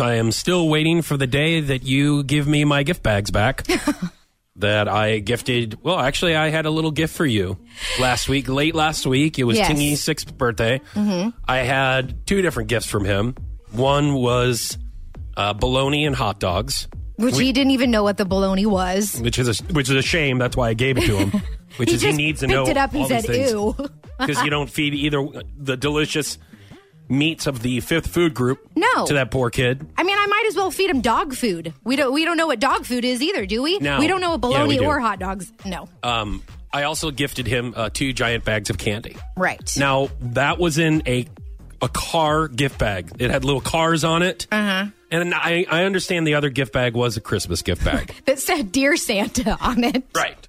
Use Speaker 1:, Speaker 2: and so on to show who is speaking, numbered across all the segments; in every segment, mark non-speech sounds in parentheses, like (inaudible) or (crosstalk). Speaker 1: I am still waiting for the day that you give me my gift bags
Speaker 2: (laughs)
Speaker 1: back. that I gifted. Well, actually, I had a little gift for you last week, late last week. It was
Speaker 2: Yes. Mm-hmm.
Speaker 1: Tingy's sixth birthday. I had two different gifts from him. One was uh, bologna and hot dogs,
Speaker 2: Which he didn't even know what the bologna was.
Speaker 1: which is a, which is a shame. That's why I gave it to
Speaker 2: (laughs)
Speaker 1: him. Which
Speaker 2: He
Speaker 1: is
Speaker 2: just
Speaker 1: he needs to
Speaker 2: picked
Speaker 1: know
Speaker 2: it up and
Speaker 1: all these
Speaker 2: said,
Speaker 1: things.
Speaker 2: "Ew."
Speaker 1: because you don't feed either the delicious meats of the fifth food group
Speaker 2: No.
Speaker 1: to that poor kid.
Speaker 2: I mean, I might as well feed him dog food. We don't we don't know what dog food is either, do we?
Speaker 1: No.
Speaker 2: We don't know what
Speaker 1: Yeah, we
Speaker 2: bologna
Speaker 1: do.
Speaker 2: or hot dogs. No.
Speaker 1: Um, I also gifted him uh, two giant bags of candy.
Speaker 2: right.
Speaker 1: Now that was in a a car gift bag. It had little cars on it.
Speaker 2: Uh-huh.
Speaker 1: Uh huh. And I, I understand the other gift bag was a Christmas gift
Speaker 2: (laughs)
Speaker 1: bag.
Speaker 2: That said Dear Santa (laughs) on it.
Speaker 1: right.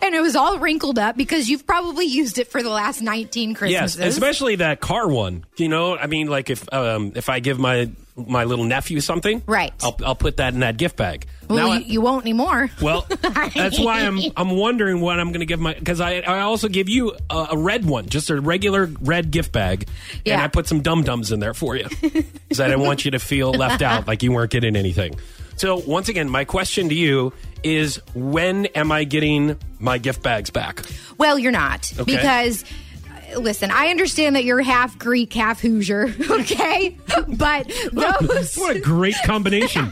Speaker 2: And it was all wrinkled up because you've probably used it for the last 19
Speaker 1: Yes,
Speaker 2: Christmases.
Speaker 1: especially that car one. You know, I mean, like if um, if I give my my little nephew something,
Speaker 2: Right.
Speaker 1: I'll, I'll put that in that gift bag.
Speaker 2: well,
Speaker 1: Now I-
Speaker 2: you, you won't anymore.
Speaker 1: Well, that's why I'm I'm wondering what I'm going to give my because I I also give you a, a red one, just a regular red gift bag, and
Speaker 2: Yeah.
Speaker 1: I put some dum dums in there for you because I didn't want you to feel left out like you weren't getting anything. So once again, my question to you is: When am I getting my gift bags back?
Speaker 2: Well, you're not
Speaker 1: Okay.
Speaker 2: because uh, listen, I understand that you're half Greek, half Hoosier, (laughs) okay? but
Speaker 1: (laughs)
Speaker 2: those
Speaker 1: What a great combination!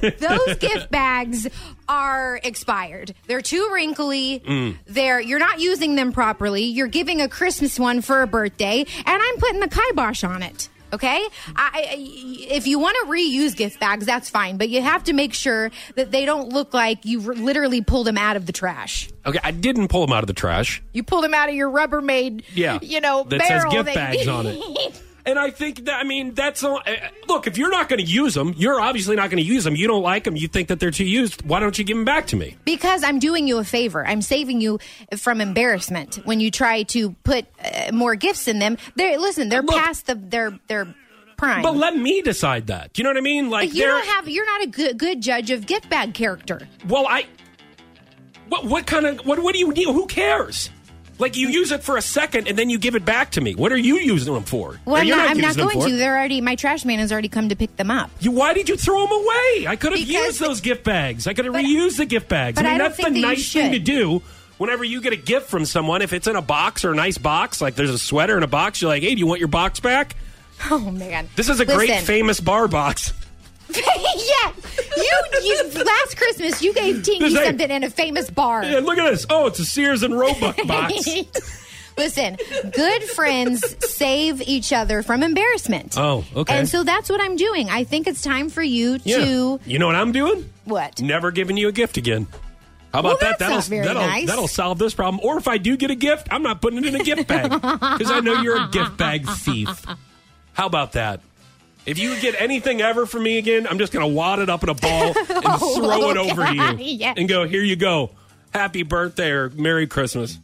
Speaker 2: those gift bags are expired. They're too wrinkly.
Speaker 1: Mm.
Speaker 2: They're you're not using them properly. You're giving a Christmas one for a birthday, and I'm putting the kibosh on it. Okay, I, I- if you want to reuse gift bags, that's fine, but you have to make sure that they don't look like you r- literally pulled them out of the trash.
Speaker 1: okay, I didn't pull them out of the trash.
Speaker 2: You pull them out of your Rubbermaid,
Speaker 1: Yeah,
Speaker 2: you know,
Speaker 1: that says
Speaker 2: barrel
Speaker 1: gift
Speaker 2: that-
Speaker 1: bags on
Speaker 2: (laughs)
Speaker 1: it. And I think that I mean that's the uh, look. If you're not going to use them, you're obviously not going to use them. You don't like them. You think that they're too used. Why don't you give them back to me?
Speaker 2: Because I'm doing you a favor. I'm saving you from embarrassment when you try to put uh, more gifts in them. They listen, they're
Speaker 1: Look-
Speaker 2: past the their their prime.
Speaker 1: But let me decide that. Do you know what I mean? Like
Speaker 2: But you
Speaker 1: they're-
Speaker 2: don't have you're not a good, good judge of gift bag character.
Speaker 1: Well, I. What what kind of what what do you need? Who cares? Like you use it for a second and then you give it back to me. What are you using them for?
Speaker 2: Well,
Speaker 1: Or
Speaker 2: I'm
Speaker 1: you're
Speaker 2: not, I'm not
Speaker 1: using them
Speaker 2: going
Speaker 1: for.
Speaker 2: to. They're already my trash man has already come to pick them up. (laughs)
Speaker 1: You, why did you throw them away? I could have
Speaker 2: Because-
Speaker 1: used those gift bags. I could have
Speaker 2: But-
Speaker 1: reused the gift bags.
Speaker 2: but
Speaker 1: I mean,
Speaker 2: I don't
Speaker 1: that's
Speaker 2: think
Speaker 1: the
Speaker 2: that you
Speaker 1: nice thing to
Speaker 2: should.
Speaker 1: do. Whenever you get a gift from someone, if it's in a box or a nice box, like there's a sweater in a box, you're like, hey, do you want your box back?
Speaker 2: Oh man,
Speaker 1: This is a great
Speaker 2: Listen.
Speaker 1: famous bar box. (laughs)
Speaker 2: (laughs) yeah, you, you last Christmas you gave Tinky
Speaker 1: This ain't-
Speaker 2: something in a famous bar.
Speaker 1: Yeah, look at this. Oh, it's a Sears and Roebuck
Speaker 2: (laughs)
Speaker 1: box.
Speaker 2: Listen, good friends save each other from embarrassment.
Speaker 1: Oh, okay.
Speaker 2: And so that's what I'm doing. I think it's time for you
Speaker 1: Yeah.
Speaker 2: to
Speaker 1: You know what I'm doing?
Speaker 2: what?
Speaker 1: Never giving you a gift again. How about
Speaker 2: Well,
Speaker 1: that?
Speaker 2: that's not very
Speaker 1: that'll,
Speaker 2: nice.
Speaker 1: that'll solve this problem. Or if I do get a gift, I'm not putting it in a gift bag because I know you're a gift bag thief. How about that? If you get anything ever from me again, I'm just going to wad it up in a
Speaker 2: (laughs)
Speaker 1: ball and
Speaker 2: Oh,
Speaker 1: throw it over to you
Speaker 2: yeah. (laughs)
Speaker 1: and go, here you go. Happy birthday or Merry Christmas.